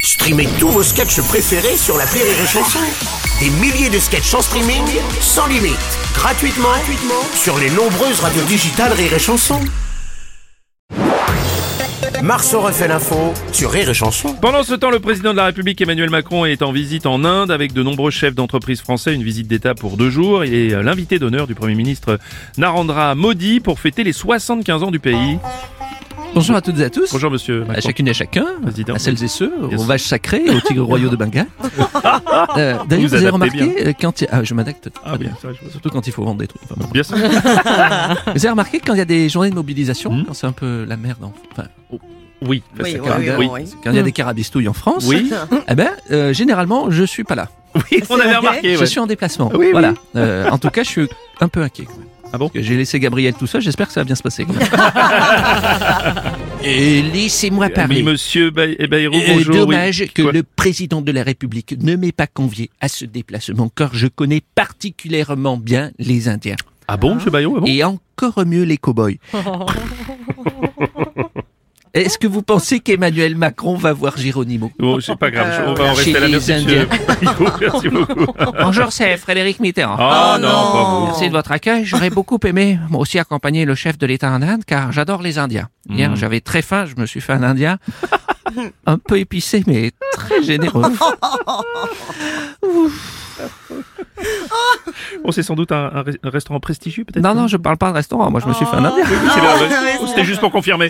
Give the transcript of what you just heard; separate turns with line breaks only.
Streamez tous vos sketchs préférés sur la Rire et Chanson. Des milliers de sketchs en streaming, sans limite, gratuitement, gratuitement sur les nombreuses radios digitales Rire et Chanson. Marceau refait l'info sur Rire et Chanson.
Pendant ce temps, le président de la République Emmanuel Macron est en visite en Inde avec de nombreux chefs d'entreprise français, une visite d'État pour deux jours. Il est euh, l'invité d'honneur du Premier ministre Narendra Modi pour fêter les 75 ans du pays.
Bonjour à toutes et à tous.
Bonjour monsieur Macron.
À chacune et à chacun,
Président.
à celles et ceux,
Bien
aux
sûr.
vaches sacrées, aux tigres royaux de Bengale. Euh,
Vous
D'ailleurs, vous,
adaptez
avez remarqué, euh, quand il y a- ah, je m'adapte,
Ah
très
oui,
bien.
ça, je vois ça.
surtout quand il faut vendre des trucs. Enfin, bon.
Bien sûr.
Vous avez remarqué que quand il y a des journées de mobilisation,
Hmm.
quand c'est un peu la merde, en- enfin,
Oui,
Oui,
c'est
oui,
quand même-
oui,
oui.
oui.
quand il y a des carabistouilles en France,
Hmm. Oui.
eh ben, euh, généralement, je suis pas là.
Oui, on
C'est
avait
vrai
remarqué.
Je
ouais.
suis en déplacement.
Oui, oui.
voilà. Euh, en tout cas, je suis un peu inquiet. Quand même.
Ah bon
Parce que J'ai laissé Gabriel tout seul. J'espère que ça va bien se passer. Quand même. Et laissez-moi
Oui,
parler.
monsieur Bay- eh, Bayrou,
Euh,
bonjour. oui.
dommage que
Quoi
le président de la République ne m'ait pas convié à ce déplacement, car je connais particulièrement bien les Indiens.
Ah bon, monsieur Bayrou, ah bon
Et encore mieux les cow-boys. Est-ce que vous pensez qu'Emmanuel Macron va voir Géronimo
Bon, Oh, c'est pas grave, je- on va en
Euh, Chez
rester là.
les
Merci, monsieur Bayrou, merci beaucoup.
Bonjour, c'est Frédéric Mitterrand.
Ah non, pas vous.
Merci de votre accueil. J'aurais beaucoup aimé, moi aussi, accompagner le chef de l'État en Inde, car j'adore les Indiens. Hier,
Mhm.
j'avais très faim, je me suis fait un Indien. un peu épicé, mais très généreux.
Bon, Oh, c'est sans doute un, un re- un restaurant prestigieux, peut-être
Non, non, je parle pas de restaurant. Moi, je me suis fait un Indien.
Oui, oui, c'est là, ouais.
Ah, ouais, c'est
C'était juste pour confirmer.